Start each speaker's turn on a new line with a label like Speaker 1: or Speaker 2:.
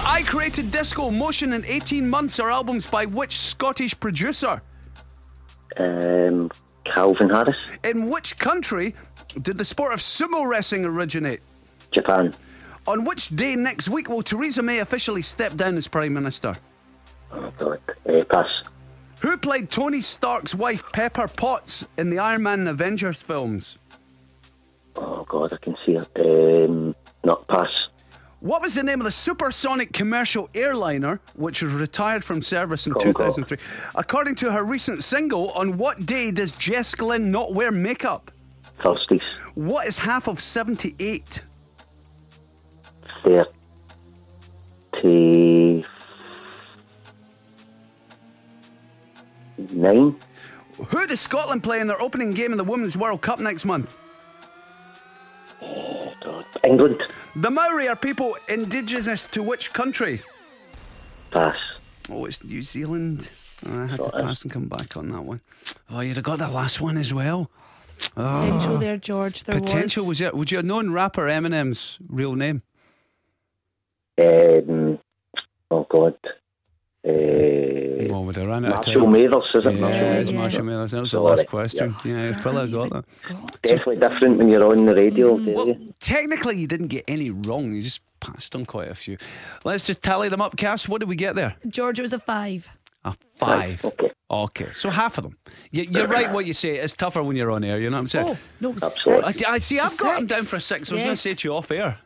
Speaker 1: I created Disco Motion in 18 Months are albums by which Scottish producer?
Speaker 2: Um, Calvin Harris,
Speaker 1: In which country did the sport of sumo wrestling originate?
Speaker 2: Japan.
Speaker 1: On which day next week will Theresa May officially step down as Prime Minister?
Speaker 2: Oh, God. Uh, pass.
Speaker 1: Who played Tony Stark's wife Pepper Potts in the Iron Man and Avengers films?
Speaker 2: Oh, God, I can see it. Um, not pass.
Speaker 1: What was the name of the supersonic commercial airliner which was retired from service in
Speaker 2: Concorde.
Speaker 1: 2003? According to her recent single, on what day does Jess Glynn not wear makeup?
Speaker 2: Thursdays.
Speaker 1: What is half of 78?
Speaker 2: 39.
Speaker 1: Who does Scotland play in their opening game in the Women's World Cup next month?
Speaker 2: Oh, God. England.
Speaker 1: The Maori are people indigenous to which country?
Speaker 2: Pass.
Speaker 1: Oh, it's New Zealand. Oh, I had to
Speaker 2: Sorry.
Speaker 1: pass and come back on that one. Oh, you'd have got the last one as well.
Speaker 3: Potential there, George. There
Speaker 1: Ah. Potential was it? Would you have known rapper Eminem's real name?
Speaker 2: Um, oh, God. Uh,
Speaker 1: Well, Oh, would have ran out of
Speaker 2: Marshall
Speaker 1: time.
Speaker 2: Mathers, is it?
Speaker 1: Yeah, it's
Speaker 2: Mathers.
Speaker 1: Marshall Mathers. That was the
Speaker 2: Sorry.
Speaker 1: last question. Yeah,
Speaker 3: Sorry,
Speaker 1: fella
Speaker 3: you
Speaker 1: got that.
Speaker 2: Definitely different when you're on the radio. do
Speaker 1: Well,
Speaker 2: you?
Speaker 1: technically, you didn't get any wrong. You just passed on quite a few. Let's just tally them up, Cass. What did we get there?
Speaker 3: George, it was a five.
Speaker 1: A five.
Speaker 2: okay.
Speaker 1: Okay. So half of them. You- You're right what you say. It's tougher when you're on air. You know what I'm saying?
Speaker 3: Oh, no, it was
Speaker 2: Absolutely.
Speaker 1: I,
Speaker 3: six.
Speaker 1: I see. I've
Speaker 3: It's
Speaker 1: got him
Speaker 3: six.
Speaker 1: down for a six. I was going to
Speaker 3: Yes.
Speaker 1: say to you off air.